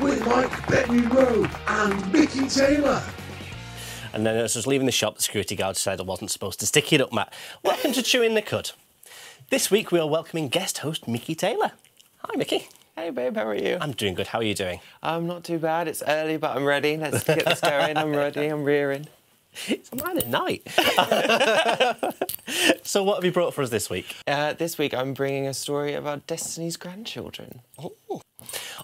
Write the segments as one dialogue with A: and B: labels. A: with Mike Bettenrow and Mickey Taylor.
B: And then as I was leaving the shop, the security guard said I wasn't supposed to stick it up, Matt. Welcome to Chewing the Cud. This week we are welcoming guest host Mickey Taylor. Hi, Mickey.
C: Hey babe, how are you?
B: I'm doing good. How are you doing?
C: I'm not too bad. It's early, but I'm ready. Let's get this going. I'm ready. I'm rearing.
B: It's nine at night. so, what have you brought for us this week?
C: Uh, this week, I'm bringing a story about Destiny's grandchildren.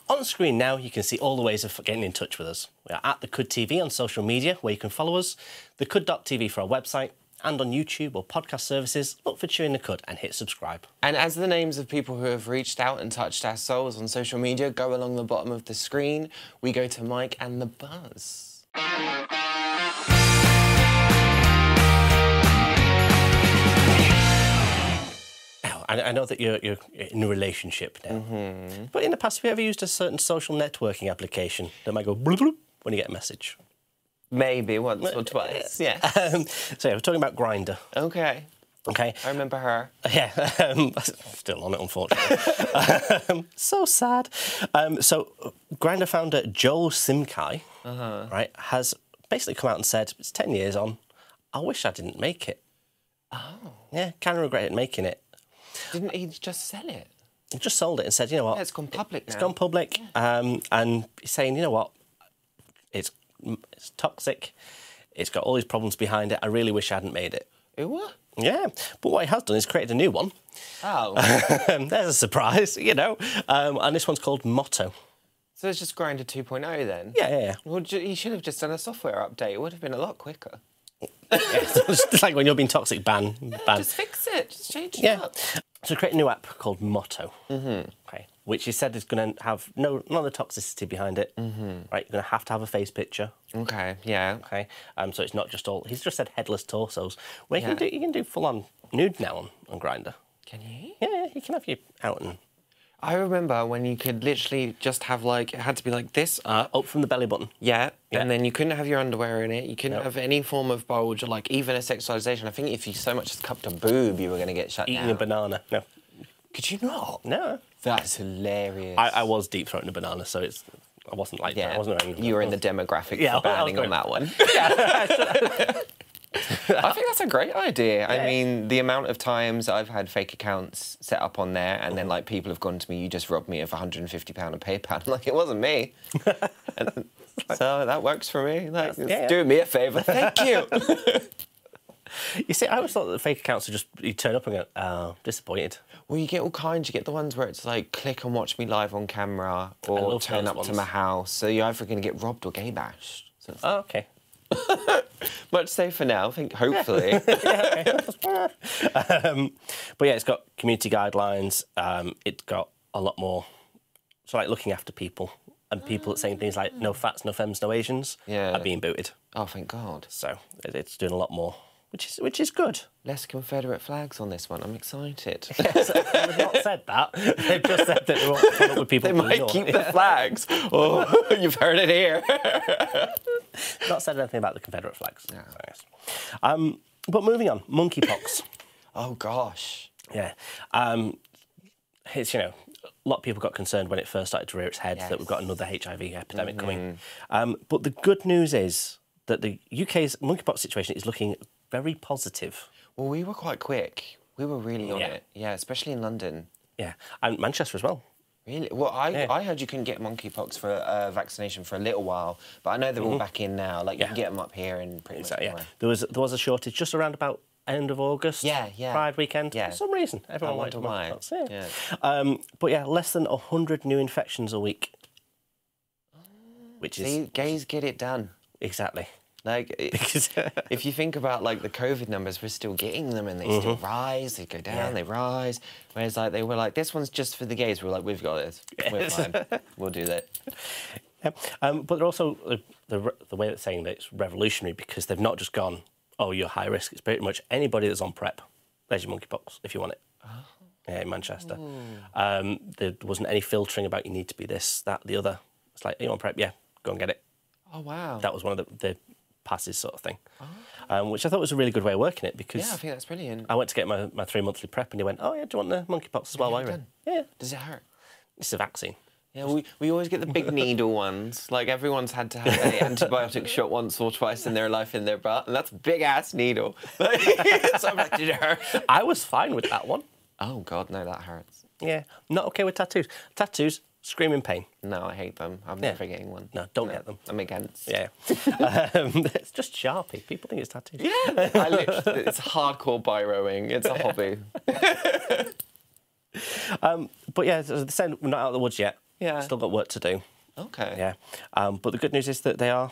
B: On screen now, you can see all the ways of getting in touch with us. We are at the Cud TV on social media, where you can follow us, the Cud.tv for our website, and on YouTube or podcast services. Look for Chewing the Cud and hit subscribe.
C: And as the names of people who have reached out and touched our souls on social media go along the bottom of the screen, we go to Mike and the Buzz.
B: Now, I, I know that you're, you're in a relationship now,
C: Mm-hmm.
B: but in the past, have you ever used a certain social networking application that might go bloop, bloop when you get a message?
C: Maybe once or twice. Yeah.
B: Um, so yeah, we're talking about Grinder.
C: Okay.
B: Okay.
C: I remember her.
B: Yeah. Um, still on it, unfortunately. um, so sad. Um, so Grinder founder Joel Simkai,
C: Uh-huh.
B: right, has basically come out and said it's ten years on. I wish I didn't make it. Oh. Yeah, kind of regretted making it.
C: Didn't he just sell it?
B: He just sold it and said, you know what?
C: Yeah, it's gone public
B: Oh, It's
C: now.
B: gone public. Um, and he's saying, you know what? It's it's toxic. It's got all these problems behind it. I really wish I hadn't made it.
C: Ooh, what?
B: Yeah, but what he has done is created a new one.
C: Oh.
B: Um, there's a surprise, you know. Um, and this one's called Motto.
C: so it's just Grinder 2.0 then?
B: Yeah, yeah,
C: Well, ju- he should have just done a software update. It would have been a lot quicker.
B: yeah. it's like when you're being toxic, ban, ban.
C: Just fix it. Just change it
B: Yeah.
C: up.
B: So create a new app called Motto, mm-hmm. okay, which he said is going to have no none of the toxicity behind it. Mm-hmm. Right, you're going to have to have a face picture.
C: Okay. Yeah.
B: Okay, um, so it's not just all. He's just said headless torsos. Where you can do you can do full on nude now on on Grinder.
C: Can you?
B: Yeah, yeah, you can have you out and
C: I remember when you could literally just have like it had to be like this up.
B: up from the belly button.
C: Yeah,
B: Yeah.
C: and then you couldn't have your underwear in it. You couldn't have any form of bulge or like even a sexualization. I think if you so much as cupped a boob, you were going to get shut
B: Eating
C: down.
B: a banana. No,
C: Could you not?
B: no.
C: That's hilarious.
B: I, I was deep throating a banana, so it's I wasn't like that.
C: yeah,
B: I wasn't around-
C: you were in the demographic
B: Yeah, I
C: for
B: was
C: banning
B: going-
C: on that one. I think that's a great idea. I mean, the amount of times I've had fake accounts set up on there, and then like people have gone to me, "You just robbed me of 150 pound of PayPal." I'm like, it wasn't me. and, so that works for me. Like, it's
B: yeah.
C: doing me a favour. Thank you.
B: You see, I always thought that fake accounts are just you turn up and go, oh, disappointed.
C: well, you get all kinds. You get the ones where it's like, click and watch me live on camera, or
B: love
C: turn
B: those
C: up to
B: ones.
C: my house. So you're either going to get robbed or gay bashed. So it's
B: Oh, okay.
C: much safer now. I think hopefully.
B: um, but yeah, it's got community guidelines. Um, it's got a lot more, so like looking after people and people saying things like no fats, no femmes, no Asians
C: Yeah.
B: are being booted.
C: oh, thank God.
B: So it, it's doing a lot more, which is which is good.
C: Less Confederate flags on this one. I'm excited.
B: They've not said that. They've just said that they want to put up with people.
C: They
B: from the
C: might
B: north.
C: keep the flags. Oh, you've heard it here.
B: Not said anything about the Confederate flags. So, yes. Um, but moving on, monkeypox.
C: Oh gosh.
B: Yeah. Um, it's, you know, a lot of people got concerned when it first started to rear its head that we've got another HIV epidemic coming. Um, but the good news is that the UK's monkeypox situation is looking very positive.
C: Well, we were quite quick. We were really on
B: Yeah.
C: it. Yeah, especially in London.
B: Yeah. And Manchester as well.
C: Really? Well, I, I heard you couldn't get monkeypox for uh, vaccination for a little while, but I know they're all back in now. Like you can
B: Mm-hmm. Yeah.
C: get them up here and pretty much.
B: So, yeah.
C: anywhere.
B: There was, there was a shortage just around about end of August.
C: Yeah, yeah.
B: Pride weekend.
C: Yeah.
B: For some reason, everyone
C: I
B: liked
C: wonder why.
B: mascots. Yeah. Um, but yeah, less than hundred new infections a week, which is
C: See, gays get it done.
B: exactly
C: Like, it-
B: because
C: if you think about like the COVID numbers, we're still getting them, and they still rise. They go down,
B: Uh-huh. Yeah.
C: they rise. Whereas like they were like, this one's just for the gays. We We're like, we've got this. We're fine. we'll do that.
B: Yep. Um, but they're also the, the re- the way they're saying that it's revolutionary because they've not just gone, oh, you're high risk. It's pretty much anybody that's on prep. There's your monkeypox if you want it.
C: Oh.
B: Yeah, in Manchester,
C: Hmm.
B: um, there wasn't any filtering about you need to be this, that, the other. It's like are you on prep, yeah, go and get it.
C: Oh wow.
B: That was one of the, the passes sort of thing, um, which I thought was a really good way of working it because
C: Oh, yeah, I think that's brilliant.
B: I went to get my, my three monthly prep and he went, oh yeah, do you want the monkeypox as well?
C: you
B: while you're in?"
C: done?
B: Yeah,
C: Does it hurt?
B: it's a vaccine.
C: Yeah, we, we always get the big needle ones. Like everyone's had to have an antibiotic shot once or twice in their life in their butt, and that's a big ass needle. so I'm like, did it hurt?
B: I was fine with that one.
C: Oh god, no, that hurts.
B: Yeah, not okay with tattoos. Tattoos, screaming pain.
C: No, I hate them. I'm never getting one.
B: No, don't get them.
C: I'm against.
B: Yeah, um, it's just sharpie. People think it's tattoos.
C: Yeah, I literally, it's hardcore biroing. It's a hobby.
B: But yeah, as I said, we're not out of the woods yet.
C: Yeah.
B: still got work to do.
C: Okay.
B: Yeah, um, but the good news is that they are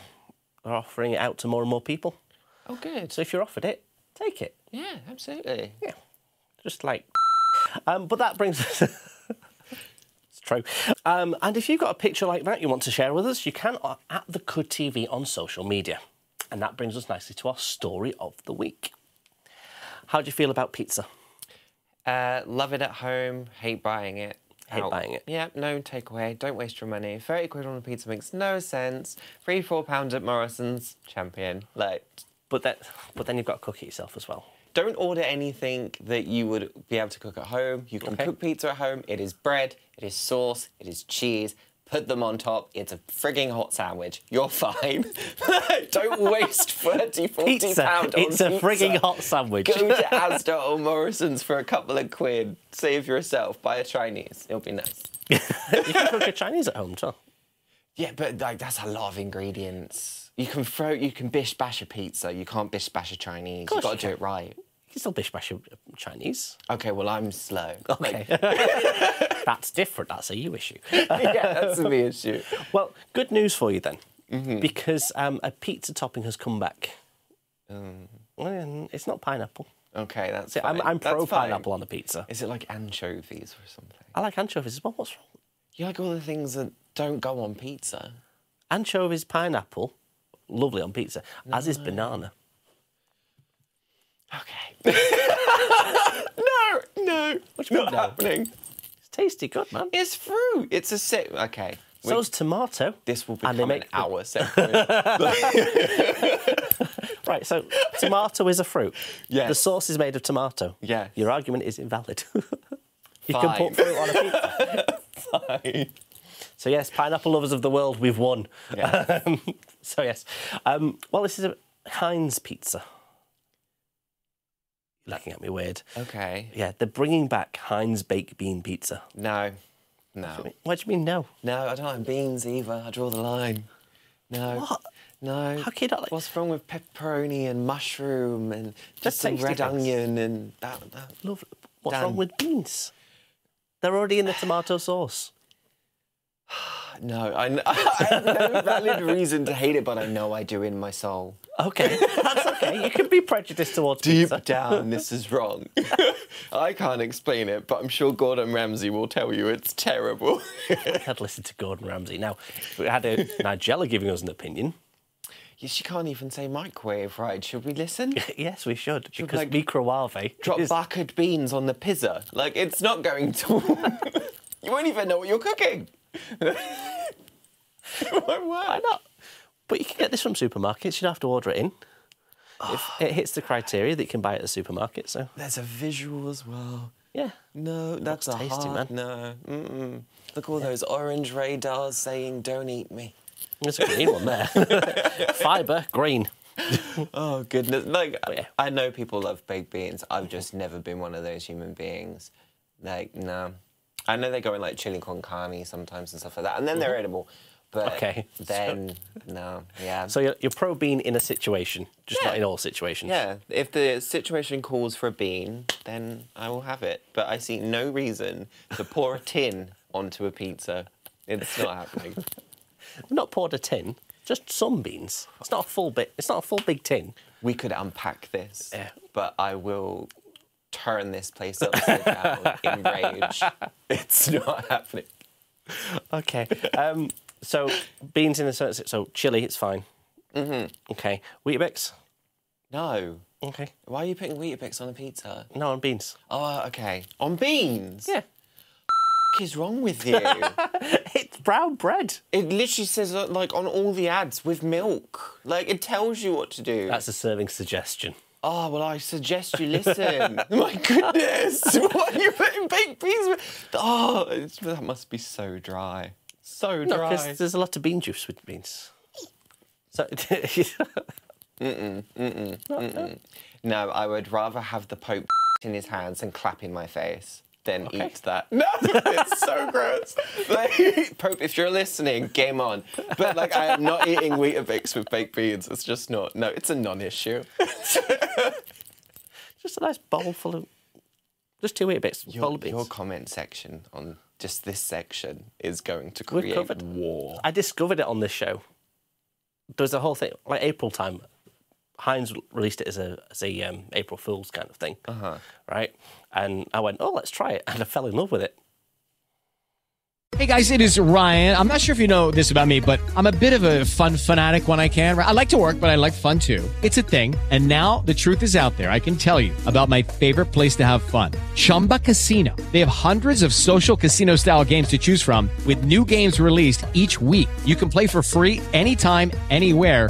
B: are offering it out to more and more people.
C: Oh, good.
B: So if you're offered it, take it.
C: Yeah, absolutely.
B: Yeah, just like. Um, but that brings us. it's true. Um, and if you've got a picture like that you want to share with us, you can o- at the Could TV on social media. And that brings us nicely to our story of the week. How do you feel about pizza?
C: Uh, love it at home. Hate buying it.
B: Hate buying it.
C: Yeah, no takeaway. Don't waste your money. Thirty quid on a pizza makes no sense. Three four pounds at Morrison's. Champion. Like,
B: But that, but then you've got to cook it yourself as well.
C: don't order anything that you would be able to cook at home. You can
B: Okay.
C: cook pizza at home. It is bread. It is sauce. It is cheese. Put them on top. It's a frigging hot sandwich. You're fine. don't waste 30, 40 pound on
B: it's a
C: pizza.
B: frigging hot sandwich.
C: Go to Asda or Morrison's for a couple of quid. Save yourself. Buy a Chinese. It'll be nice.
B: you can cook a Chinese at home, too.
C: Yeah, but like that's a lot of ingredients. You can throw, you can bish bash a pizza. You can't bish bash a Chinese. You've
B: course
C: got
B: you
C: to do it right.
B: You can still bish bash a Chinese.
C: Okay, well I'm slow.
B: Okay. That's different. That's a you issue.
C: yeah, that's the issue.
B: Well, good news for you then,
C: Mm-hmm.
B: because um, a pizza topping has come back. Mm, It's not pineapple.
C: Okay, that's
B: See, I'm,
C: fine.
B: I'm pro
C: That's fine.
B: pineapple on the pizza.
C: Is it like anchovies or something?
B: I like anchovies as well. What's wrong?
C: You like all the things that don't go on pizza.
B: Anchovies, pineapple, lovely on pizza, as
C: Mm.
B: is banana.
C: Okay. no, no, what's not happening?
B: It's tasty, good man.
C: It's fruit. It's a set. Okay. we-
B: So's tomato.
C: this will
B: And they
C: become an
B: make the-
C: hour segment.
B: Right, so tomato is a fruit.
C: Yes.
B: The sauce is made of tomato.
C: Yes.
B: Your argument is invalid. you
C: Fine.
B: can put fruit on a pizza. So yes, pineapple lovers of the world, we've won.
C: Yeah.
B: Um, so yes, um, well, this is a Heinz pizza. You're looking at me weird.
C: okay.
B: Yeah, they're bringing back Heinz baked bean pizza.
C: No. No.
B: What do you mean no?
C: No, I don't like beans either. I draw the line. No.
B: What?
C: No.
B: How can you not like-
C: What's wrong with pepperoni and mushroom and just some
B: tasty
C: red
B: things.
C: onion and that, that?
B: Love. What's
C: Dan.
B: wrong with beans? They're already in the tomato sauce.
C: No, I, kn- I have no valid reason to hate it, but I know I do in my soul.
B: Okay, that's okay. You can be prejudiced towards
C: Deep
B: pizza.
C: down, this is wrong. I can't explain it, but I'm sure Gordon Ramsay will tell you it's terrible.
B: I'd listen to Gordon Ramsay. Now, we had a Nigella giving us an opinion.
C: Yeah, she can't even say microwave right. Should we listen?
B: yes, we should, because
C: like,
B: microwave
C: Drop
B: is
C: buckered beans on the pizza. Like, it's not going to. you won't even know what you're cooking. Why
B: Why not? But you can get this from supermarkets. You don't have to order it in. If it hits the criteria that you can buy it at the supermarket, so
C: There's a visual as well.
B: yeah.
C: No, that's a
B: tasty,
C: heart.
B: man.
C: No. Mm-mm. Look, all those orange radars saying, don't eat me.
B: There's a green one there. Fibre, green.
C: Oh, goodness. Like,
B: yeah. Mm-hmm.
C: I know people love baked beans. I've just never been one of those human beings. Like, no. I know they go in like chili con carne sometimes and stuff like that, and then they're edible. But
B: Mm-hmm. Okay.
C: then, no, yeah.
B: So you're, you're pro bean in a situation, just
C: Yeah.
B: not in all situations.
C: yeah, if the situation calls for a bean, then I will have it. But I see no reason to pour a tin onto a pizza. It's not happening.
B: I've not poured a tin, just some beans. It's not a full bit. It's not a full big tin.
C: We could unpack this,
B: Yeah.
C: but I will turn this place upside down in rage. It's not happening.
B: Okay. Um, so beans in a certain so chili, it's fine. Mm-hmm. Okay. Weetabix.
C: No.
B: Okay.
C: Why are you putting Weetabix on a pizza?
B: No, on beans.
C: Oh, okay. On beans?
B: Yeah.
C: What is wrong with you?
B: It's brown bread.
C: it literally says uh, like on all the ads with milk. Like it tells you what to do.
B: That's a serving suggestion.
C: Oh well, I suggest you listen. My goodness, what are you putting baked beans? With? Oh, it's, that must be so dry. So
B: No,
C: dry.
B: because there's a lot of bean juice with beans. So,
C: No, I would rather have the Pope in his hands and clap in my face than
B: Okay.
C: eat that. No, it's so gross. Like, Pope, if you're listening, game on. But like, I am not eating Weetabix with baked beans. It's just not. No, it's a non-issue.
B: just a nice bowl full of just two Weetabix, bowl
C: Your,
B: of beans.
C: your comment section on just this section is going to
B: We're
C: create
B: covered.
C: war.
B: I discovered it on this show. There's a whole thing like April time. Heinz released it as a as a um, April Fool's kind of thing, uh-huh. right? And I went, oh, let's try it, and I fell in love with it.
D: Hey guys, it is Ryan. I'm not sure if you know this about me, but I'm a bit of a fun fanatic when I can. I like to work, but I like fun too. It's a thing. And now the truth is out there. I can tell you about my favorite place to have fun Chumba Casino. They have hundreds of social casino style games to choose from, with new games released each week. You can play for free anytime, anywhere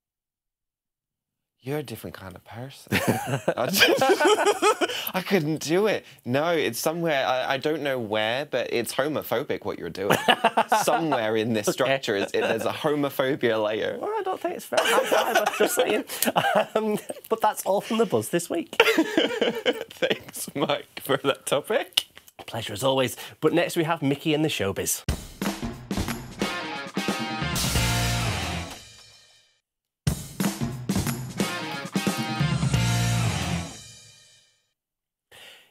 C: You're a different kind of person. I, just- I couldn't do it. No, it's somewhere, I, I don't know where, but it's homophobic what you're doing. somewhere in this structure, is, it, there's a homophobia layer.
B: Well, I don't think it's very nice either. just saying. Um, but that's all from the buzz this week.
C: Thanks, Mike, for that topic.
B: Pleasure as always. But next we have Mickey and the Showbiz.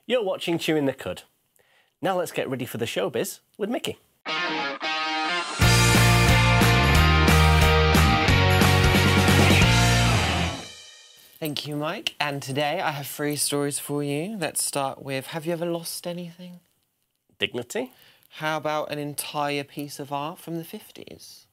B: You're watching Chewing the Cud. Now let's get ready for the showbiz with Mickey.
C: Thank you, Mike. And today I have three stories for you. Let's start with Have you ever lost anything?
B: Dignity?
C: How about an entire piece of art from the 50s?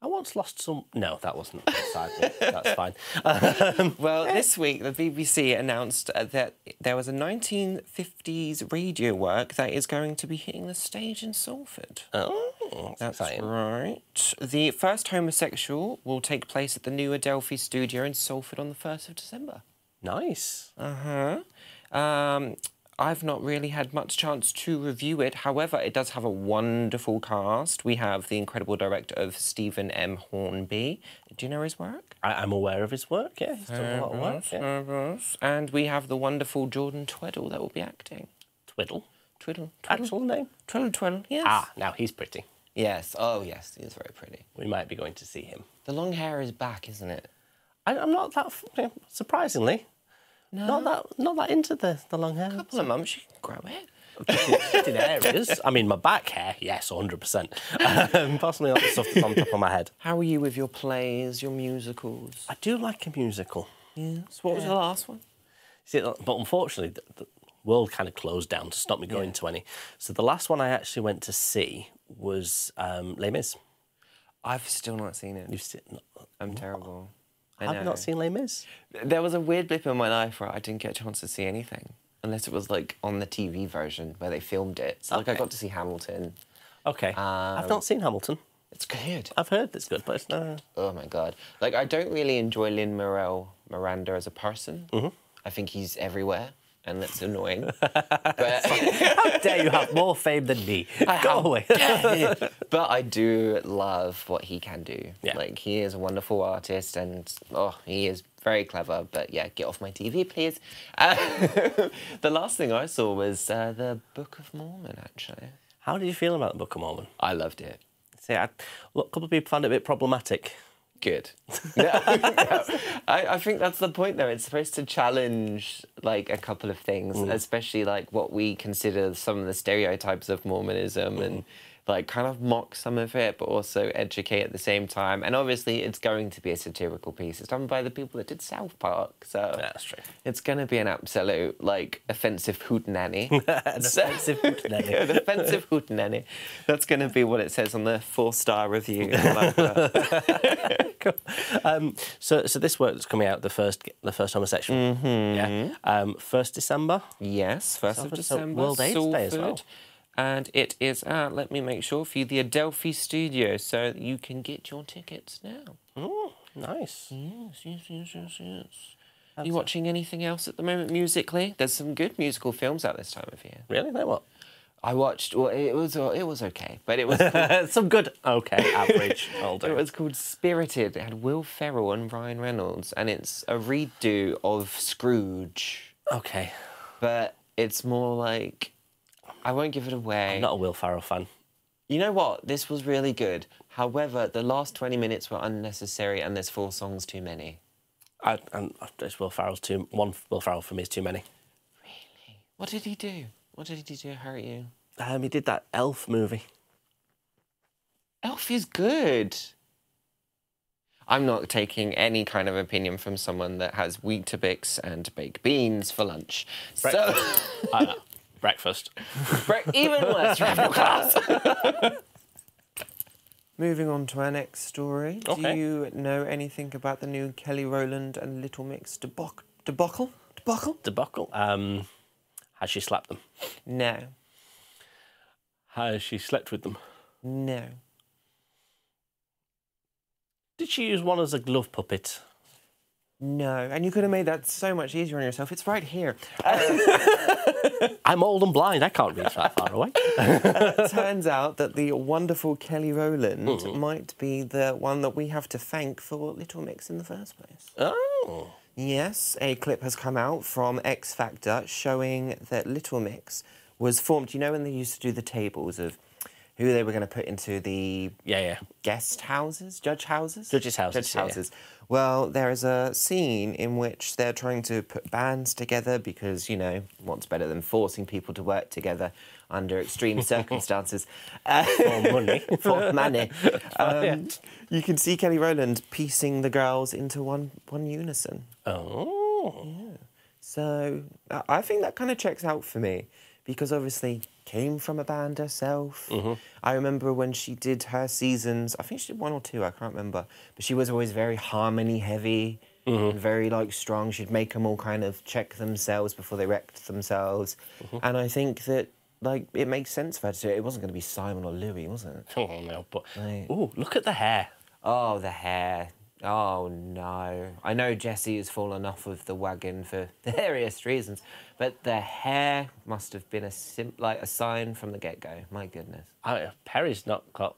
B: I once lost some. No, that wasn't the side bit. That's fine. Um,
C: Well, this week the BBC announced uh, that there was a 1950s radio work that is going to be hitting the stage in Salford.
B: oh,
C: That's
B: exciting.
C: right. The first homosexual will take place at the new Adelphi studio in Salford on the 1st of December.
B: Nice.
C: Uh huh. Um, I've not really had much chance to review it. However, it does have a wonderful cast. We have the incredible director of Stephen M. Hornby. Do you know his work?
B: I, I'm aware of his work. Yeah, he's done a lot of work. yeah.
C: And we have the wonderful Jordan Tweddle that will be acting.
B: Twiddle.
C: Twiddle, twiddle,
B: Actual name.
C: twiddle, twiddle. Yes.
B: Ah, now he's pretty.
C: Yes. Oh, yes. He's very pretty.
B: We might be going to see him.
C: The long hair is back, isn't it?
B: I, I'm not that f- surprisingly. Not that not that into the, the long hair.
C: Couple of months, you can grow it.
B: Just in areas. I mean, my back hair, yes, 100%. Um, personally, not the stuff that's on top of my head.
C: How are you with your plays, your musicals?
B: I do like a musical.
C: Yes. What was the last one?
B: See, uh, but unfortunately, the, the world kind of closed down to stop me going to any. So the last one I actually went to see was um, Les Mis.
C: I've still not seen it.
B: You've seen,
C: I'm terrible. I
B: I've
C: know.
B: not seen Les Mis.
C: There was a weird blip in my life where I didn't get a chance to see anything, unless it was like on the TV version where they filmed it. So like I
B: Okay.
C: got to see Hamilton.
B: Okay. Um, I've not seen Hamilton.
C: It's good.
B: I've heard it's good, but uh, it's not.
C: Oh my god! Like Mm-hmm. I don't really enjoy Lin Manuel Miranda as a person. I think he's everywhere, and that's annoying. but,
B: How dare you have more fame than me? Go away.
C: but I do love what he can do.
B: Yeah.
C: Like he is a wonderful artist, and oh, he is very clever. But yeah, get off my TV, please. Uh, the last thing I saw was uh, the Book of Mormon. Actually,
B: How did you feel about the Book of Mormon?
C: I loved it.
B: See, I, look, a couple of people found it a bit problematic.
C: good. No, no. I, I think that's the point, though. It's supposed to challenge like a couple of things,
B: Mm.
C: especially like what we consider some of the stereotypes of Mormonism and
B: Mm-hmm.
C: like kind of mock some of it, but also educate at the same time. And obviously, it's going to be a satirical piece. It's done by the people that did South Park, so
B: That's true.
C: It's going to be an absolute like offensive hootenanny. an
B: offensive hootenanny.
C: an offensive hootenanny. That's going to be what it says on the four-star review.
B: Um, so, so this work that's coming out the first, the first homosexual. Yeah. Um, first December.
C: Yes, first of
B: Salford, so
C: December.
B: World AIDS Day as
C: Salford.
B: well.
C: And it is at, let me make sure for you, the Adelphi Studio, so you can get your tickets now.
B: Mm-hmm. Nice.
C: Yes, yes, yes, yes, yes. Are you watching anything else at the moment musically? There's some good musical films out this time of year.
B: Really? Then what?
C: I watched. Well, it was it was okay, but it was
B: Some good.
C: oh,
B: Okay, average. I'll
C: It
B: do.
C: was called Spirited. It had Will Ferrell and Ryan Reynolds, and it's a redo of Scrooge,
B: Okay.
C: but it's more like I won't give it away.
B: I'm not a Will Farrell fan.
C: You know what? This was really good. However, the last 20 minutes were unnecessary and there's four songs too many.
B: I, I'm, it's Will Farrell's too. One Will Farrell for me is too many.
C: What did he do? What did he do to hurt you?
B: Um, he did that Elf movie.
C: Elf is good. I'm not taking any kind of opinion from someone that has Weetabix and baked beans for lunch. So,
B: I know. Breakfast.
C: Bre- even less rebel class. Moving on to our next story.
B: Okay.
C: Do you know anything about the new Kelly Rowland and Little Mix debac- debacle? Debacle?
B: Debacle. Um, has she slapped them?
C: No,
B: Has she slept with them?
C: no.
B: Did she use one as a glove puppet?
C: No, and you could have made that so much easier on yourself. It's right here.
B: I'm old and blind. I can't reach that far away.
C: Turns out that the wonderful Kelly Rowland might be the one that we have to thank for Little Mix in the first place.
B: Oh.
C: Yes, a clip has come out from X Factor showing that Little Mix was formed. You know when they used to do the tables of who they were going to put into the
B: Yeah, yeah.
C: guest houses, judge houses,
B: Judges' houses,
C: judge
B: yeah, yeah.
C: houses. Well, there is a scene in which they're trying to put bands together because you know what's better than forcing people to work together under extreme circumstances uh,
B: For money.
C: for money. Um, you can see Kelly Rowland piecing the girls into one one unison.
B: Oh.
C: So I- I think that kind of checks out for me because obviously came from a band herself. I remember when she did her seasons, I think she did one or two, I can't remember, but she was always very harmony heavy and very like strong. She'd make them all kind of check themselves before they wrecked themselves. And I think that like it makes sense for her to do it. It wasn't going to be Simon or Louis, was it?
B: Oh, no. But,
C: Right.
B: oh, look at the hair.
C: Oh, the hair. Oh no. I know Jesse has fallen off of the wagon for various reasons, but the hair must have been a sim- like a sign from the get-go. My goodness.
B: I, Perry's not got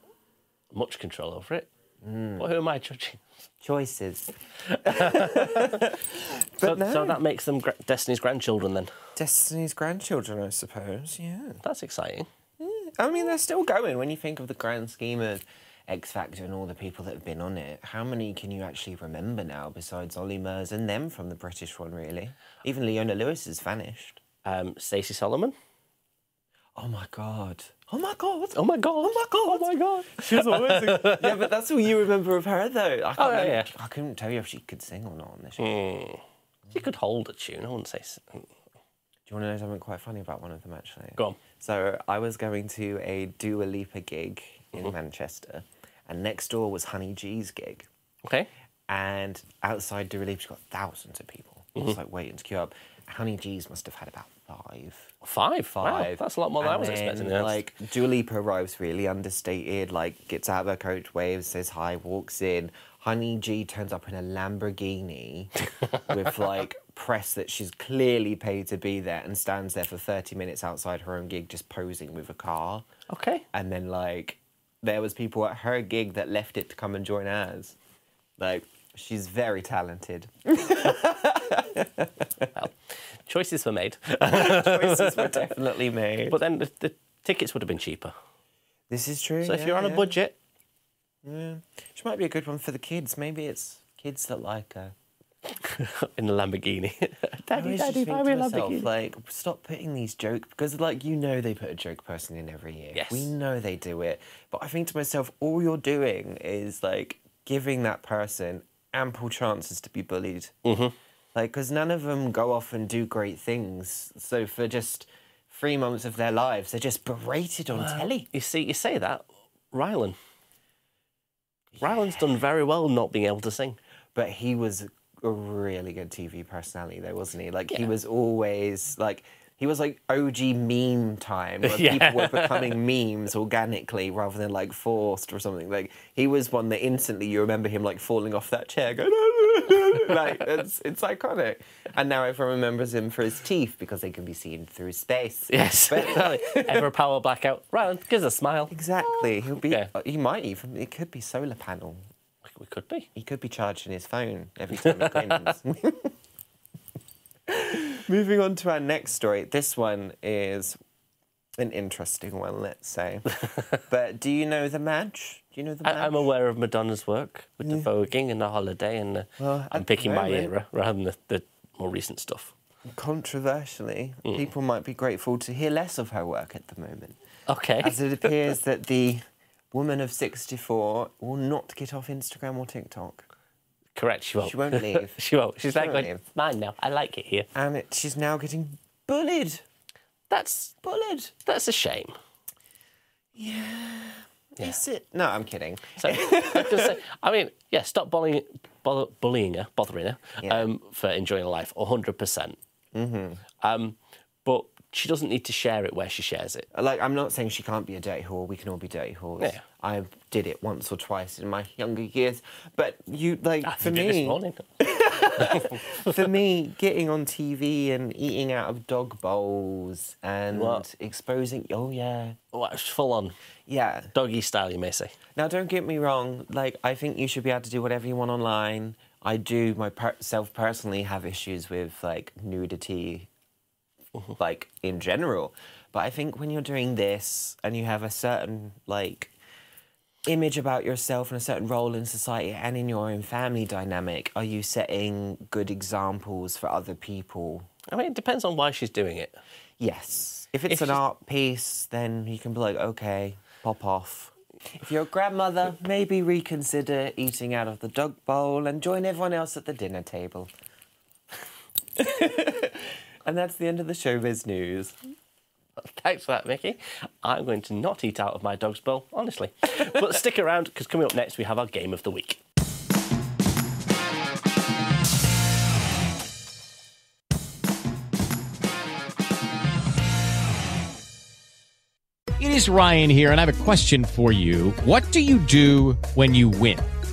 B: much control over it. Well, who am I judging?
C: Choices.
B: So,
C: But no.
B: so that makes them gra- Destiny's grandchildren then.
C: Destiny's grandchildren, I suppose. Yeah.
B: That's exciting.
C: I mean, they're still going when you think of the grand scheme of X Factor and all the people that have been on it. How many can you actually remember now besides Ollie Murs and them from the British one really? Even Leona Lewis has vanished.
B: Um, Stacey Solomon.
C: Oh my god. Oh my god.
B: Oh my god! Oh my god! Oh my god!
C: She's always yeah, but that's all you remember of her, though. I, can't
B: Oh, yeah,
C: remember-
B: yeah. Mm.
C: I couldn't tell you if she could sing or not on this. show.
B: She could hold a tune. I wouldn't say. s-
C: Do you want to know something quite funny about one of them, actually?
B: Go on.
C: So I was going to a Dua Lipa gig in
B: Mm-hmm.
C: Manchester, and next door was Honey G's gig.
B: Okay.
C: And outside Dua Lipa, she's got thousands of people.
B: Mm-hmm.
C: It's like waiting to queue up. Honey G's must have had about five.
B: Five. Wow,
C: five.
B: that's a lot more than I
C: And
B: was
C: then,
B: expecting.
C: Like Dua Lipa arrives really understated, like gets out of her coach, waves, says hi, walks in. Honey G turns up in a Lamborghini with like press that she's clearly paid to be there and stands there for 30 minutes outside her own gig just posing with a car.
B: Okay.
C: And then like there was people at her gig that left it to come and join ours. Like she's very talented.
B: Choices were made.
C: Choices were definitely made.
B: But then the, the tickets would have been cheaper.
C: this is true.
B: So if
C: yeah,
B: you're on a
C: yeah.
B: budget,
C: She might be a good one for the kids. Maybe it's kids that like uh, her.
B: in a Lamborghini,
C: I
B: daddy,
C: always just
B: daddy,
C: think
B: buy
C: to
B: me a
C: myself,
B: Lamborghini.
C: Like, stop putting these jokes because, like, you know they put a joke person in every year.
B: Yes.
C: We know they do it. But I think to myself, all you're doing is like giving that person ample chances to be bullied. Mm-hmm. Like, because none of them go off and do great things. So for just three months of their lives, they're just berated on telly.
B: You see, you say that, Rylan. Rylan's done very well not being able to sing.
C: but he was a really good TV personality, though, wasn't he? Like he was always like he was like OG meme time, where people were becoming memes organically rather than like forced or something. Like he was one that instantly you remember him like falling off that chair, going like it's it's iconic. And now everyone remembers him for his teeth because they can be seen through space.
B: Yes. uh, Ever a power blackout. Rylan gives a smile.
C: Exactly. He'll be.
B: Yeah.
C: He might even. It could be solar panel.
B: We could be.
C: He could be charging his phone every time he grins. Moving on to our next story. This one is an interesting one, let's say. but do you know the match? Do you know the match?
B: I, I'm aware of Madonna's work with the voguing and the holiday, and uh,
C: Well,
B: I'm
C: at
B: picking
C: the
B: my
C: moment-
B: era rather than the, the more recent stuff.
C: Controversially,
B: Mm.
C: people might be grateful to hear less of her work at the moment,
B: Okay.
C: as it appears that the woman of 64 will not get off Instagram or TikTok.
B: Correct. She won't.
C: She won't leave.
B: she won't. She's
C: She
B: like,
C: won't
B: going,
C: leave.
B: mine now. I like it here.
C: And it, she's now getting bullied.
B: That's bullied. That's a shame.
C: Is it? No, I'm kidding.
B: So, I, just say- I mean, yeah, stop bullying, bull- bullying her, bothering her
C: Yeah. Mm-hmm.
B: um, for enjoying life, 100%. percent Um, but she doesn't need to share it where she shares it.
C: Like, I'm not saying she can't be a dirty whore. We can all be dirty whores.
B: Yeah.
C: I did it once or twice in my younger years. But you, like, for
B: Ah, You did this
C: me,
B: morning.
C: for me, getting on TV and eating out of dog bowls and
B: What?
C: exposing, oh yeah,
B: Well, it's full on.
C: yeah.
B: Doggy style, you may say.
C: Now, don't get me wrong. Like, I think you should be able to do whatever you want online. I do myself personally have issues with like nudity, like in general. But I think when you're doing this and you have a certain like image about yourself and a certain role in society and in your own family dynamic, are you setting good examples for other people?
B: I mean, it depends on why she's doing it.
C: Yes. If it's
B: If
C: an
B: she's-
C: art piece, then you can be like, okay, pop off. If you're a grandmother, maybe reconsider eating out of the dog bowl and join everyone else at the dinner table. and that's the end of the showbiz news.
B: Thanks for that, Mickey. I'm going to not eat out of my dog's bowl, honestly. but stick around, because coming up next, we have our game of the week.
D: It is Ryan here, and I have a question for you. What do you do when you win?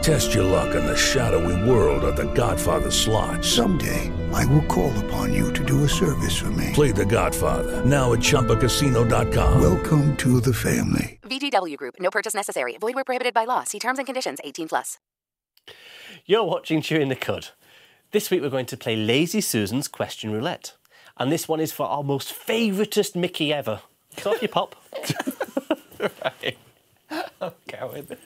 A: Test your luck in the shadowy world of The Godfather slot.
E: Someday, I will call upon you to do a service for me.
A: Play The Godfather now at ChumbaCasino.com.
E: Welcome to the family.
F: VGW Group. No purchase necessary. Void where prohibited by law. See terms and conditions. 18 plus.
B: You're watching Chewing the Cud. This week we're going to play Lazy Susan's Question Roulette. And this one is for our most favouritest Mickey ever. It's off your pop.
C: Coward.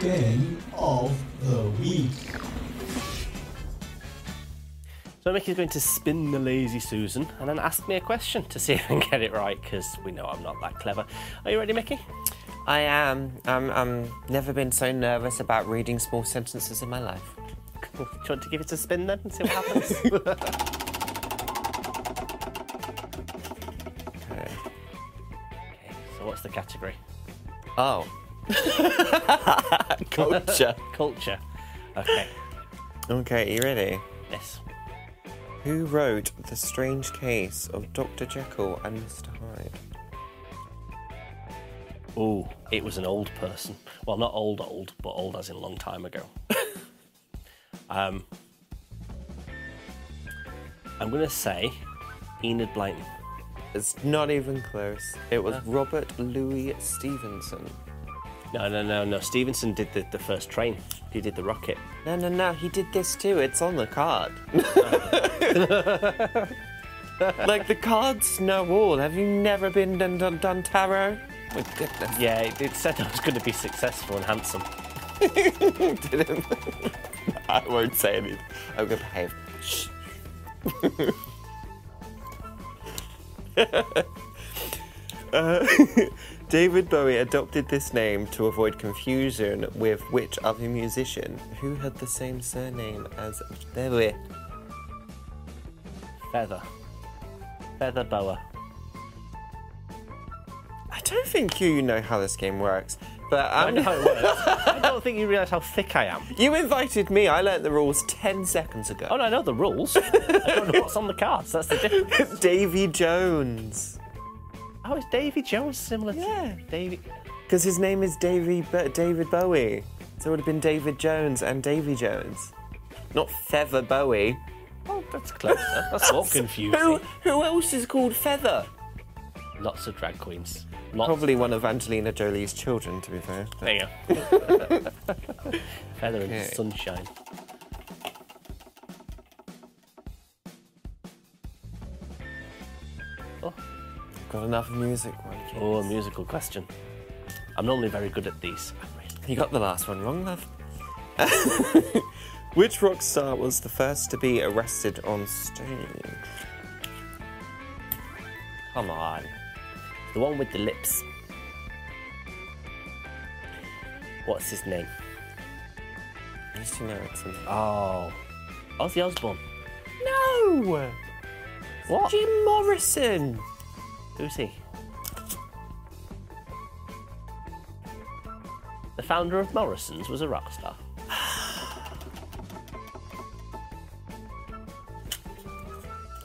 G: Game of the Week.
B: So Mickey's going to spin the lazy Susan and then ask me a question to see if I can get it right because we know I'm not that clever. Are you ready, Mickey?
C: I am. Um, I've never been so nervous about reading small sentences in my life.
B: Do you want to give it a spin then and see what happens?
C: Okay.
B: okay, so what's the category?
C: Oh. Culture.
B: Culture. Okay,
C: okay, you ready?
B: yes.
C: Who wrote The Strange Case of Dr. Jekyll and Mr. Hyde?
B: Oh, it was an old person. Well, not old, old, but old as in long time ago. um, I'm going to say Enid Blyton.
C: It's not even close. It was Robert Louis Stevenson.
B: No, no, no, no. Stevenson did the, the first train. He did the rocket.
C: No, no, no, he did this too. It's on the card. like, the card's no wall. Have you never been done, done, done tarot? My goodness.
B: Yeah, it, it said I was going to be successful and handsome.
C: didn't. I won't say anything. I'm gonna behave. Shh. Uh, David Bowie adopted this name to avoid confusion with which other musician who had the same surname as Bowie.
B: Feather. Feather boa.
C: I don't think you know how this game works, but
B: I know
C: um,
B: how it works. I don't think you realise how thick I am.
C: you invited me. I learnt the rules ten seconds ago.
B: Oh, no, I know the rules. I don't know what's on the cards. That's the difference.
C: Davy Jones.
B: How is Oh, Davy Jones similar
C: Yeah.
B: to Davy?
C: Because his name is Davy Bo- David Bowie. So it would have been David Jones and Davy Jones. Not Feather Bowie.
B: Oh, that's closer. That's not confusing.
C: Who, who else is called Feather?
B: Lots of drag queens. Lots.
C: Probably one of Angelina Jolie's children, to be fair.
B: There you go. Feather and
C: Okay.
B: sunshine. Oh,
C: Got enough music one.
B: oh, a musical question. I'm normally very good at these. I'm really
C: You got the last one wrong, love. Which rock star was the first to be arrested on stage? Come on.
B: The one with the lips. What's his name?
C: I used to know it's a-
B: Oh, Ozzy Osbourne. Oh!
C: No!
B: What?
C: Jim Morrison!
B: Who's he? The founder of Morrison's was a rock star.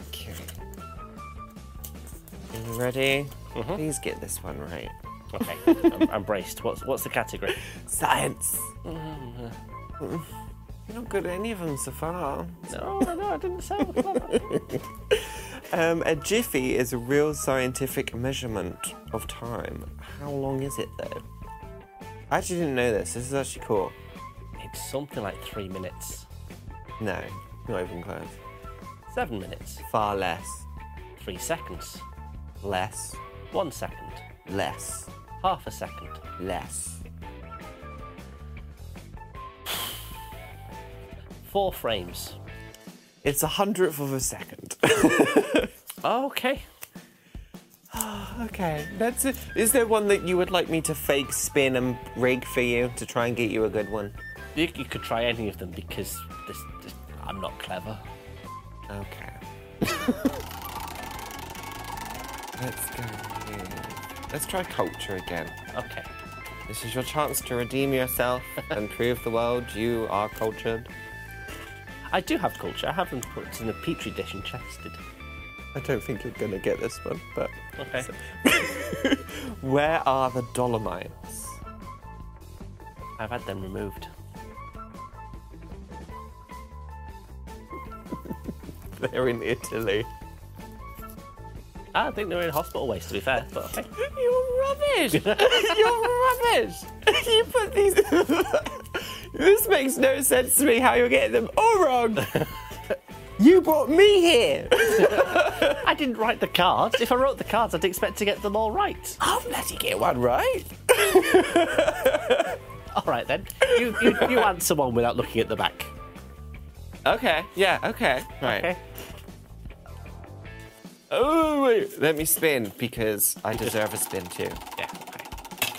C: Okay. Are you ready? Please get this one right.
B: Okay, I'm, I'm braced. What's what's the category?
C: Science. You're not good at any of them so far.
B: Oh, No, no, no, I didn't say. It was clever.
C: Um, a jiffy is a real scientific measurement of time. How long is it though? I actually didn't know this. This is actually cool.
B: it's something like three minutes,
C: No, not even close.
B: seven minutes,
C: Far less.
B: three seconds,
C: Less.
B: one second,
C: Less.
B: half a second.
C: Less.
B: Four frames.
C: It's a hundredth of a second.
B: Okay.
C: okay, that's it. Is there one that you would like me to fake spin and rig for you to try and get you a good one?
B: You, you could try any of them because this, this, I'm not clever.
C: Okay. Let's go. with- Let's try culture again.
B: Okay.
C: This is your chance to redeem yourself and prove the world you are cultured.
B: I do have culture. I have them put in a petri dish and tested.
C: I don't think you're gonna get this one, but
B: Okay.
C: where are the Dolomites?
B: I've had them removed.
C: They're in Italy.
B: I think they're in hospital waste, to be fair. But okay.
C: You're rubbish. you're rubbish. you put these. this makes no sense to me. How you're getting them all wrong. you brought me here.
B: I didn't write the cards. If I wrote the cards, I'd expect to get them all right.
C: I'll Oh, bloody get one right.
B: All right then. You you, you answer one without looking at the back.
C: Okay. Yeah. Okay. Right.
B: Okay.
C: Oh wait, let me spin because I deserve a spin too. Yeah. Okay.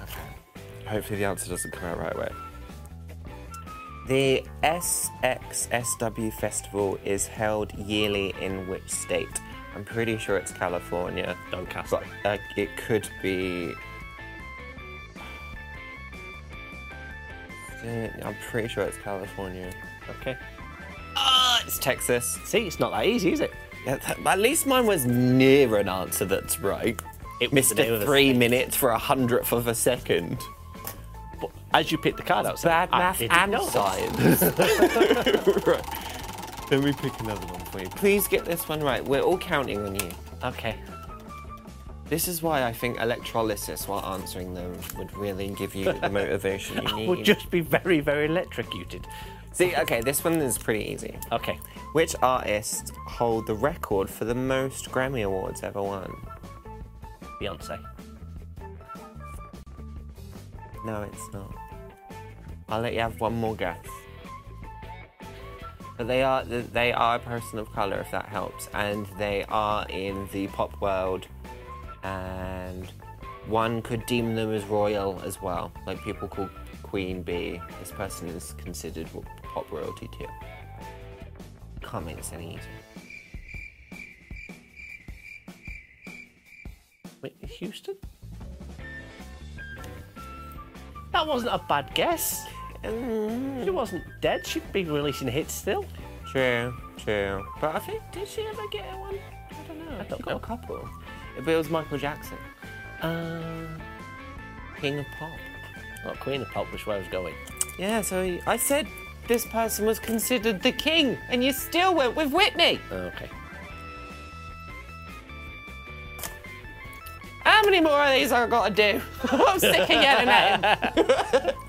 C: Okay. Hopefully the answer doesn't come out right away. The SXSW festival is held yearly in which state? I'm pretty sure it's California.
B: Doncaster.
C: But like it could be. uh, I'm pretty sure it's California.
B: Okay.
C: Ah, it's Texas.
B: See, it's not that easy, is it?
C: Yeah, that- at least mine was near an answer that's right.
B: It was the
C: missed
B: name of
C: a
B: a
C: three minutes for a hundredth of a second.
B: But as you picked the card out,
C: Bad math
B: didn't
C: and
B: know that.
C: science. right. Let me pick another one for you. Please get this one right. We're all counting on you.
B: Okay.
C: This is why I think electrolysis while answering them would really give you the motivation you need.
B: Would just be very, very electrocuted.
C: See, okay, this one is pretty easy.
B: Okay.
C: Which artists hold the record for the most Grammy Awards ever won?
B: Beyonce.
C: No, it's not. I'll let you have one more guess. But they are th- they are a person of color, if that helps, and they are in the pop world, and one could deem them as royal as well. Like people call Queen B. This person is considered ro- pop royalty too. Can't make this any easier.
B: Whitney Houston? That wasn't a bad guess.
C: Mm.
B: She wasn't dead. She'd be releasing hits still.
C: True, true. But I think did she ever get one? I don't know. I
B: don't
C: she got
B: know.
C: a couple. But it was Michael Jackson, Um,
B: Uh,
C: King of Pop.
B: not Queen of Pop, which way I was going.
C: Yeah, so I said this person was considered the king, and you still went with Whitney.
B: Okay.
C: How many more of these I gotta do? I'm sick of yelling at him.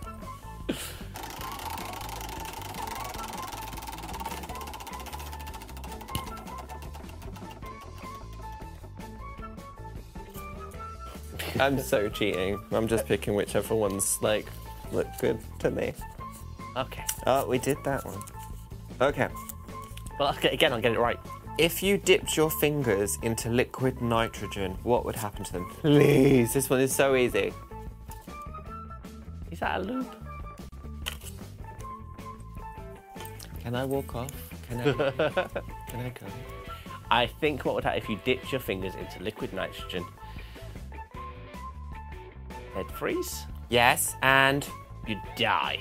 C: I'm so cheating. I'm just picking whichever ones like look good to me.
B: Okay.
C: Oh, we did that one. Okay.
B: Well, okay, again, I'll get it right.
C: If you dipped your fingers into liquid nitrogen, what would happen to them? Please, this one is so easy.
B: Is that a loop?
C: Can I walk off? Can I? can I go?
B: I think what would happen if you dipped your fingers into liquid nitrogen? They'd freeze.
C: Yes, and
B: You'd die.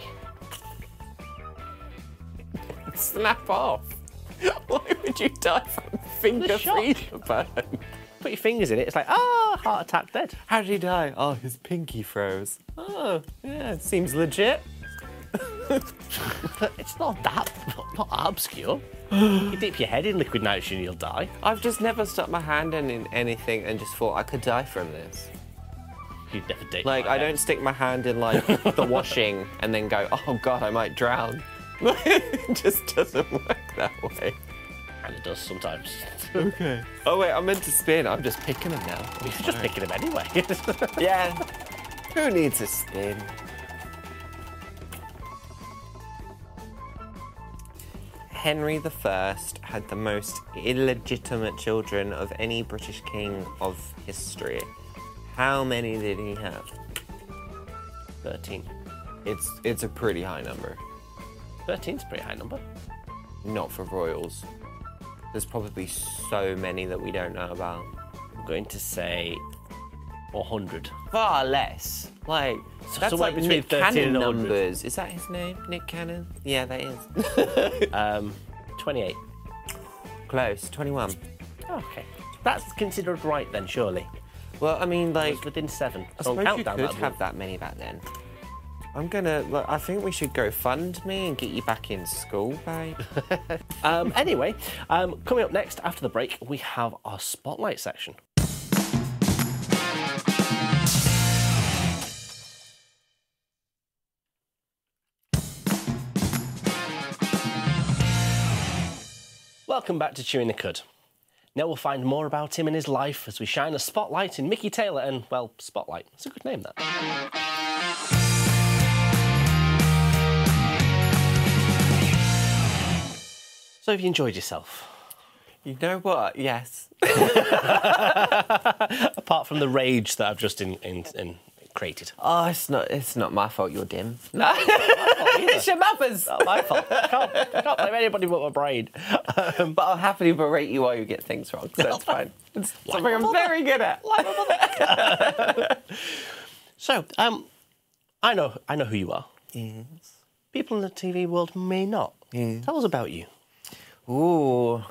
C: snap off. Why would you die from finger
B: shock.
C: freezer burn?
B: Put your fingers in it. It's like, ah, heart attack, dead.
C: How did he die? Oh, his pinky froze. Oh, yeah, it seems legit.
B: It's not that, not that obscure. you dip your head in liquid nitrogen, you'll die.
C: I've just never stuck my hand in, in anything and just thought I could die from this.
B: You'd never dip.
C: Like,
B: my
C: I
B: head.
C: don't stick my hand in like the washing and then go, oh god, I might drown. it just doesn't work that way.
B: And it does sometimes.
C: Okay. Oh wait, I'm meant to spin. I'm just picking them now.
B: You're just picking them anyway.
C: Yeah. Who needs a spin? Henry I had the most illegitimate children of any British king of history. How many did he have?
B: 13.
C: It's it's a pretty high number.
B: 13's a pretty high number.
C: Not for royals. There's probably so many that we don't know about.
B: I'm going to say 100.
C: Far less. Like
B: So
C: that's
B: somewhere
C: like
B: between
C: Nick
B: 13
C: Cannon
B: and 100.
C: numbers. Is that his name? Nick Cannon? Yeah, that is.
B: 28.
C: Close, 21.
B: Okay. That's considered right then, surely.
C: Well, I mean, like,
B: It's within seven.
C: I
B: So
C: suppose you
B: countdown
C: could
B: that
C: have that many back then. I'm gonna, look, I think we should go fund me and get you back in school, babe.
B: Um, anyway, um, coming up next after the break, we have our spotlight section. Welcome back to Chewing the Cud. Now we'll find more about him and his life as we shine a spotlight in Mickey Taylor and, well, Spotlight. It's a good name, that. So have you enjoyed yourself?
C: You know what? Yes.
B: Apart from the rage that I've just in, in, in created.
C: Oh, it's not. It's not my fault. You're dim. No, it's your mother's.
B: My fault. I can't, I can't blame anybody but my brain. Um,
C: But I'll happily berate you while you get things wrong. So it's fine. It's something I'm very good at.
B: So, um, I know I know who you are. Yes. People in the TV world may not. Tell us about you.
C: Ooh.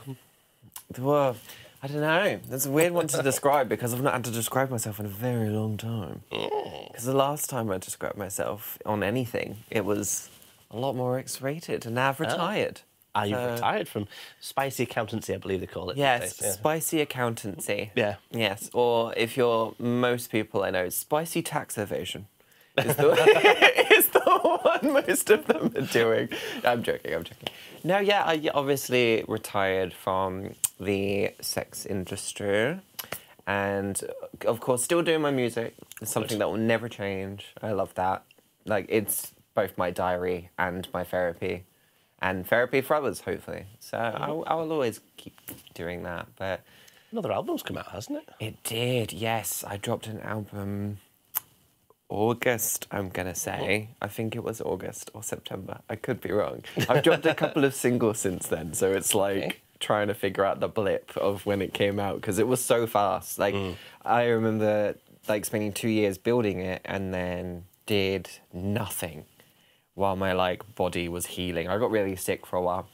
C: Well, I don't know. That's a weird one to describe because I've not had to describe myself in a very long time.
B: Mm.
C: Because the last time I described myself on anything, it was a lot more X rated, and now
B: Ah.
C: I've retired.
B: Are you
C: So-
B: retired from spicy accountancy? I believe they call it. these
C: Yes,
B: days, yeah.
C: spicy accountancy.
B: Yeah.
C: Yes, or if you're most people I know, it's spicy tax evasion. Is the, is the one most of them are doing. I'm joking. I'm joking. No, yeah, I obviously retired from the sex industry, and uh, of course, still doing my music. It's something that will never change. I love that. Like it's both my diary and my therapy and therapy for others, hopefully. So I, will- I will always keep doing that. But
B: Another album's come out, hasn't it?
C: it did, yes. I dropped an album August, I'm going to say. I think it was August or September. I could be wrong. I've dropped a couple of singles since then. So it's like. Trying to figure out the blip of when it came out because it was so fast. Like I remember, like spending two years building it and then did nothing while my like body was healing. I got really sick for a while,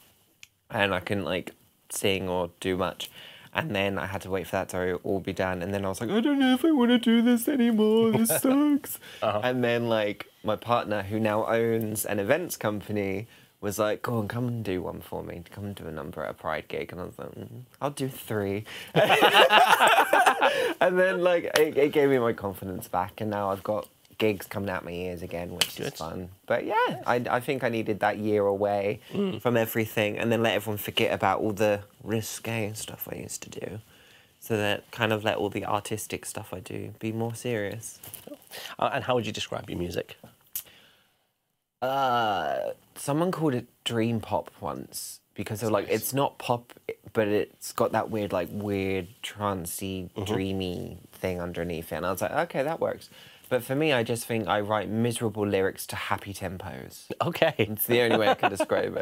C: and I couldn't like sing or do much. And then I had to wait for that to all be done. And then I was like, I don't know if I want to do this anymore. This sucks. And then like my partner, who now owns an events company, was like, go on, come and do one for me. Come and do a number at a Pride gig. And I was like, "Mm, I'll do three. and then like it, it gave me my confidence back. And now I've got gigs coming out my ears again, which is fun. But yeah, I, I think I needed that year away from everything and then let everyone forget about all the risque stuff I used to do. So that kind of let all the artistic stuff I do be more serious.
B: Uh, and how would you describe your music?
C: Uh, someone called it dream pop once because they were like, it's not pop, but it's got that weird, like weird trancey, dreamy thing underneath it. And I was like, okay, that works. But for me, I just think I write miserable lyrics to happy tempos.
B: Okay.
C: It's the only way I can describe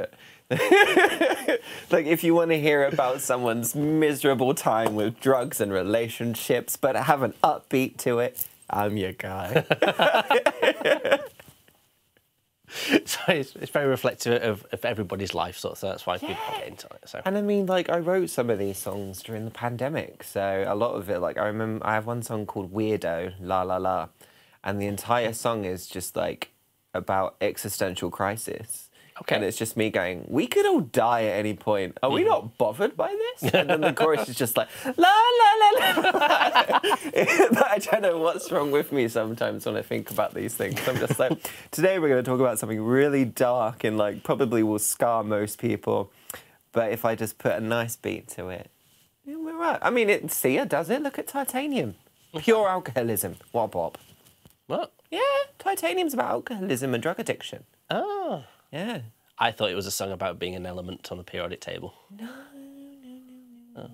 C: it. like, if you want to hear about someone's miserable time with drugs and relationships, but have an upbeat to it, I'm your guy.
B: so it's, it's very reflective of, of everybody's life, so so that's why people get into it. So
C: And I mean, like, I wrote some of these songs during the pandemic, so a lot of it, like, I remember I have one song called Weirdo, La La La, and the entire song is just like about existential crisis.
B: Okay.
C: And it's just me going, we could all die at any point. Are we not bothered by this? And then the chorus is just like, la, la, la, la. I don't know what's wrong with me sometimes when I think about these things. I'm just like, today we're going to talk about something really dark and like probably will scar most people. But if I just put a nice beat to it, yeah, we're right. I mean, it Sia does it. Look at Titanium. Pure alcoholism. What, Bob?
B: what?
C: Yeah, Titanium's about alcoholism and drug addiction.
B: Oh.
C: Yeah.
B: I thought it was a song about being an element on the periodic table.
C: But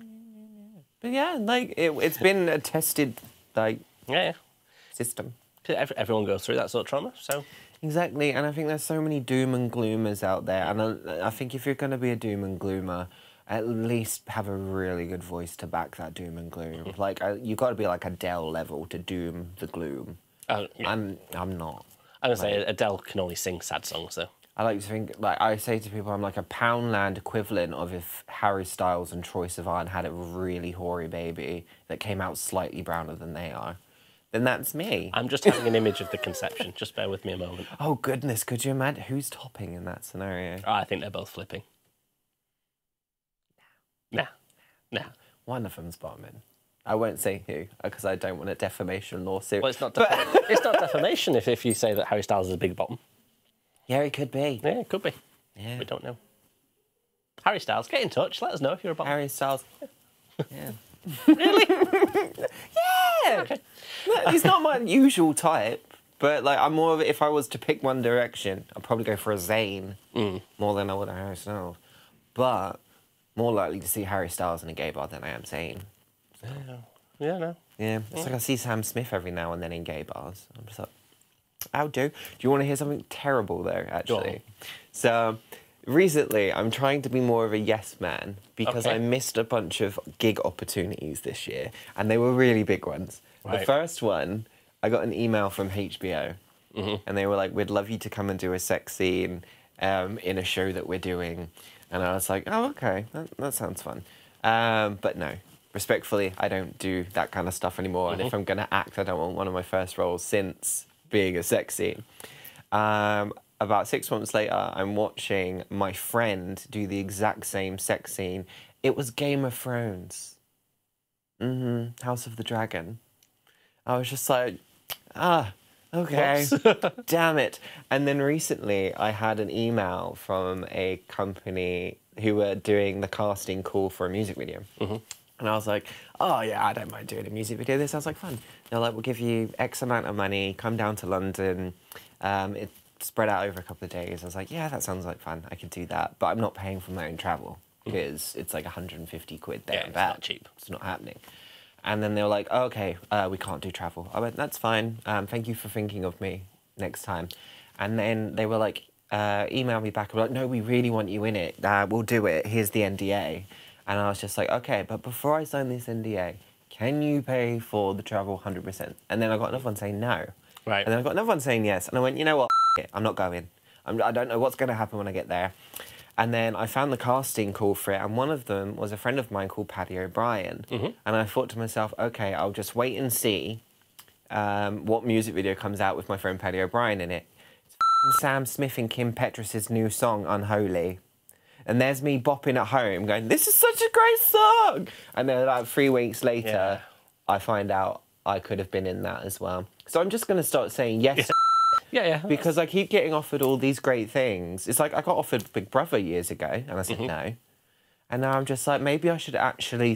C: yeah, like, it, it's been a tested, like,
B: Yeah.
C: system.
B: yeah. Ev- Everyone goes through that sort of trauma, so
C: Exactly, and I think there's so many doom and gloomers out there, and I, I think if you're going to be a doom and gloomer, at least have a really good voice to back that doom and gloom. like I, you've got to be like Adele level to doom the gloom.
B: uh, yeah. I'm,
C: I'm I'm not.
B: going to say Adele can only sing sad songs, though.
C: I like to think like I say to people, I'm like a Poundland equivalent of if Harry Styles and Troy Sivan had a really hoary baby that came out slightly browner than they are. Then that's me.
B: I'm just having an image of the conception. Just bear with me a moment.
C: oh goodness, could you imagine who's topping in that scenario?
B: Oh, I think they're both flipping. Nah. Nah.
C: One of them's bombing. I won't say who because I don't want a defamation lawsuit.
B: Well, it's not, defa- it's not defamation if, if you say that Harry Styles is a big bottom.
C: Yeah, it could be.
B: Yeah, it could be.
C: Yeah.
B: We don't know. Harry Styles, get in touch. Let us know if you're a bottom.
C: Harry Styles. Yeah. really? yeah. Look, he's not my usual type, but like I'm more of if I was to pick
B: Mm.
C: one direction, I'd probably go for a Zayn more than I would a Harry Styles. But more likely to see Harry Styles in a gay bar than I am saying.
B: Yeah, no.
C: Yeah, it's like I see Sam Smith every now and then in gay bars. I'm just like, I'll do. Do you want to hear something terrible though? Actually, so recently I'm trying to be more of a yes man because
B: Okay.
C: I missed a bunch of gig opportunities this year, and they were really big ones. The
B: Right.
C: first one, I got an email from HBO, and they were like, "We'd love you to come and do a sex scene um, in a show that we're doing," and I was like, "Oh, okay, that, that sounds fun," um, but no. Respectfully, I don't do that kind of stuff anymore. And if I'm going to act, I don't want one of my first roles since being a sex scene. Um, about six months later, I'm watching my friend do the exact same sex scene. It was Game of Thrones, hmm House of the Dragon. I was just like, ah, okay, damn it. And then recently, I had an email from a company who were doing the casting call for a music video. And I was like, oh, yeah, I don't mind doing a music video. This sounds like fun. They're like, we'll give you X amount of money, come down to London. Um, it spread out over a couple of days. I was like, yeah, that sounds like fun. I could do that. But I'm not paying for my own travel because it's like 150 quid there
B: Mm. Yeah,
C: and
B: it's not
C: back.
B: cheap.
C: It's not happening. And then they were like, oh, okay, uh, we can't do travel. I went, that's fine. Um, thank you for thinking of me next time. And then they were like, uh, email me back. I'm like, no, we really want you in it. Uh, we'll do it. Here's the NDA. And I was just like, okay, but before I sign this NDA, can you pay for the travel 100%? And then I got another one saying no.
B: Right.
C: And then I got another one saying yes. And I went, you know what? F- it. I'm not going. I'm, I don't know what's going to happen when I get there. And then I found the casting call for it, and one of them was a friend of mine called Paddy O'Brien. And I thought to myself, okay, I'll just wait and see um, what music video comes out with my friend Paddy O'Brien in it. It's f***ing Sam Smith and Kim Petras' new song, Unholy. And there's me bopping at home going, this is such a great song. And then like three weeks later,
B: Yeah.
C: I find out I could have been in that as well. So I'm just going to start saying yes
B: Yeah, yeah.
C: because I keep getting offered all these great things. It's like I got offered Big Brother years ago, and I
B: Mm-hmm.
C: said no. And now I'm just like, maybe I should actually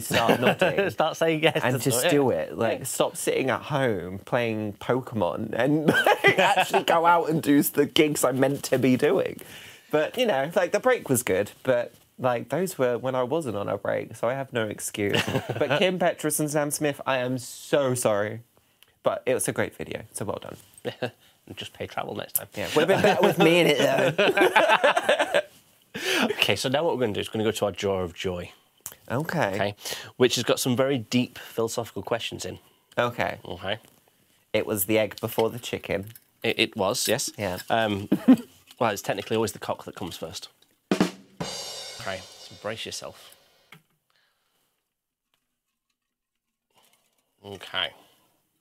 C: start nodding
B: Start saying yes.
C: and
B: to
C: just
B: stuff,
C: do
B: yeah.
C: it. Like, stop sitting at home playing Pokemon and like, actually go out and do the gigs I'm meant to be doing. But you know, like the break was good, but like those were when I wasn't on a break, so I have no excuse. but Kim Petras and Sam Smith, I am so sorry. But it was a great video, so well done.
B: And just pay travel next time.
C: Yeah, would have been better with me in it though.
B: Okay, so now what we're going to do is going to go to our jar of joy,
C: Okay.
B: okay, which has got some very deep philosophical questions in.
C: Okay.
B: Okay.
C: It was the egg before the chicken.
B: It, it was, yes.
C: Yeah.
B: Um, well, it's technically always the cock that comes first. Okay, so brace yourself. Okay.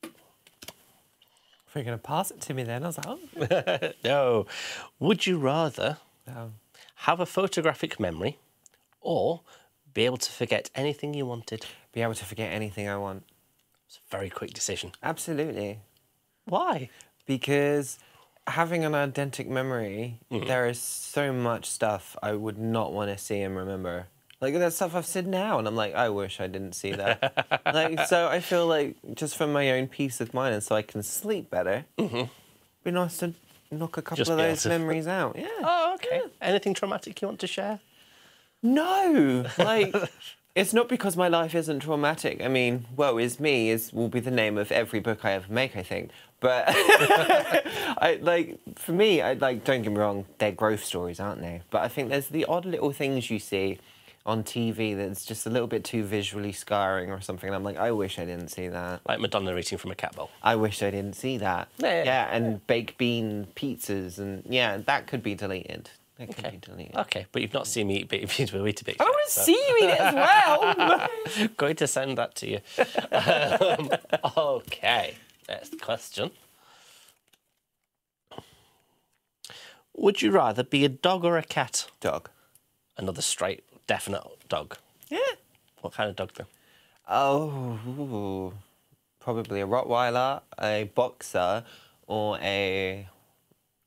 C: If you're gonna pass it to me then, I was like, oh.
B: No. Would you rather
C: oh.
B: have a photographic memory or be able to forget anything you wanted?
C: be able to forget anything I want.
B: It's a very quick decision.
C: Absolutely.
B: Why?
C: because having an eidetic memory,
B: Mm-hmm.
C: there is so much stuff I would not want to see and remember. Like there's stuff I've said now, and I'm like, I wish I didn't see that. like so, I feel like just for my own peace of mind, and so I can sleep better. Be nice to knock a couple
B: Mm-hmm. Just
C: of
B: be able
C: those
B: to-
C: memories out. Yeah.
B: Oh, okay. Anything traumatic you want to share?
C: No, like it's not because my life isn't traumatic. I mean, woe is me is will be the name of every book I ever make, I think. But I like for me, I like don't get me wrong, they're growth stories, aren't they? But I think there's the odd little things you see on TV that's just a little bit too visually scarring or something. And I'm like, I wish I didn't see that.
B: Like Madonna eating from a cat bowl.
C: I wish I didn't see that.
B: Yeah, yeah,
C: and baked bean pizzas and yeah, that could be deleted. That could be deleted.
B: Okay, but you've not seen me eat bit of pizza with Weetabix.
C: I
B: yet,
C: want to
B: so
C: see you eat it as well.
B: I'm Going to send that to you. um, okay, next question. Would you rather be a dog or a cat?
C: Dog.
B: Another straight, definite dog.
C: Yeah.
B: What kind of dog, though?
C: Oh, ooh. probably a Rottweiler, a boxer, or a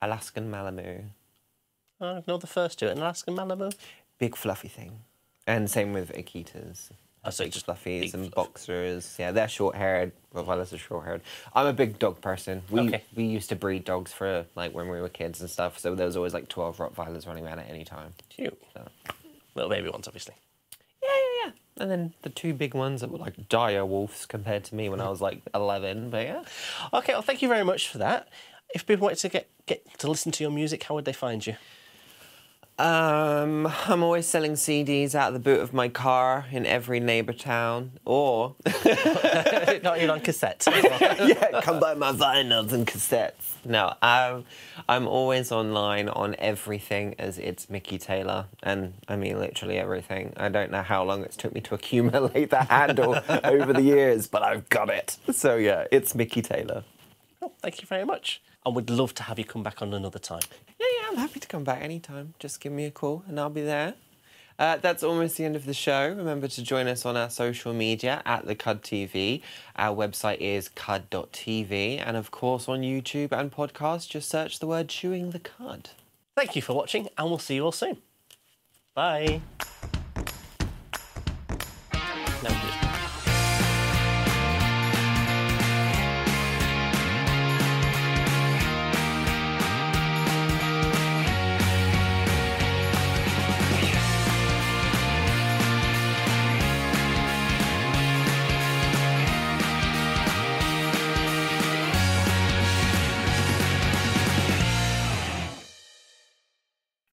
C: Alaskan Malamute.
B: I ignore the first two. An Alaskan Malibu?
C: Big fluffy thing. And same with Akitas.
B: Oh, so
C: Big
B: just
C: fluffies
B: big
C: and
B: fluff.
C: boxers. Yeah, they're short haired. Rottweilers are short haired. I'm a big dog person. We
B: Okay.
C: we used to breed dogs for like when we were kids and stuff. So there was always like twelve Rottweilers running around at any time.
B: Cute.
C: So.
B: Little baby ones, obviously.
C: And then the two big ones that were like dire wolves compared to me when I was like 11. But yeah.
B: Okay, well, thank you very much for that. If people wanted to get, get to listen to your music, how would they find you?
C: Um, I'm always selling CDs out of the boot of my car in every neighbour town. Or,
B: Not even on cassette.
C: yeah, come buy my vinyls and cassettes. No, um, I'm always online on everything as it's Mickey Taylor. And I mean, literally everything. I don't know how long it's took me to accumulate that handle over the years, but I've got it. So yeah, it's Mickey Taylor.
B: Well, thank you very much. And we'd love to have you come back on another time.
C: Yeah, yeah, I'm happy to come back anytime. Just give me a call and I'll be there. Uh, that's almost the end of the show. Remember to join us on our social media at the Cud TV. Our website is cud.tv. And of course, on YouTube and podcasts, just search the word Chewing the Cud.
B: Thank you for watching, and we'll see you all soon. Bye.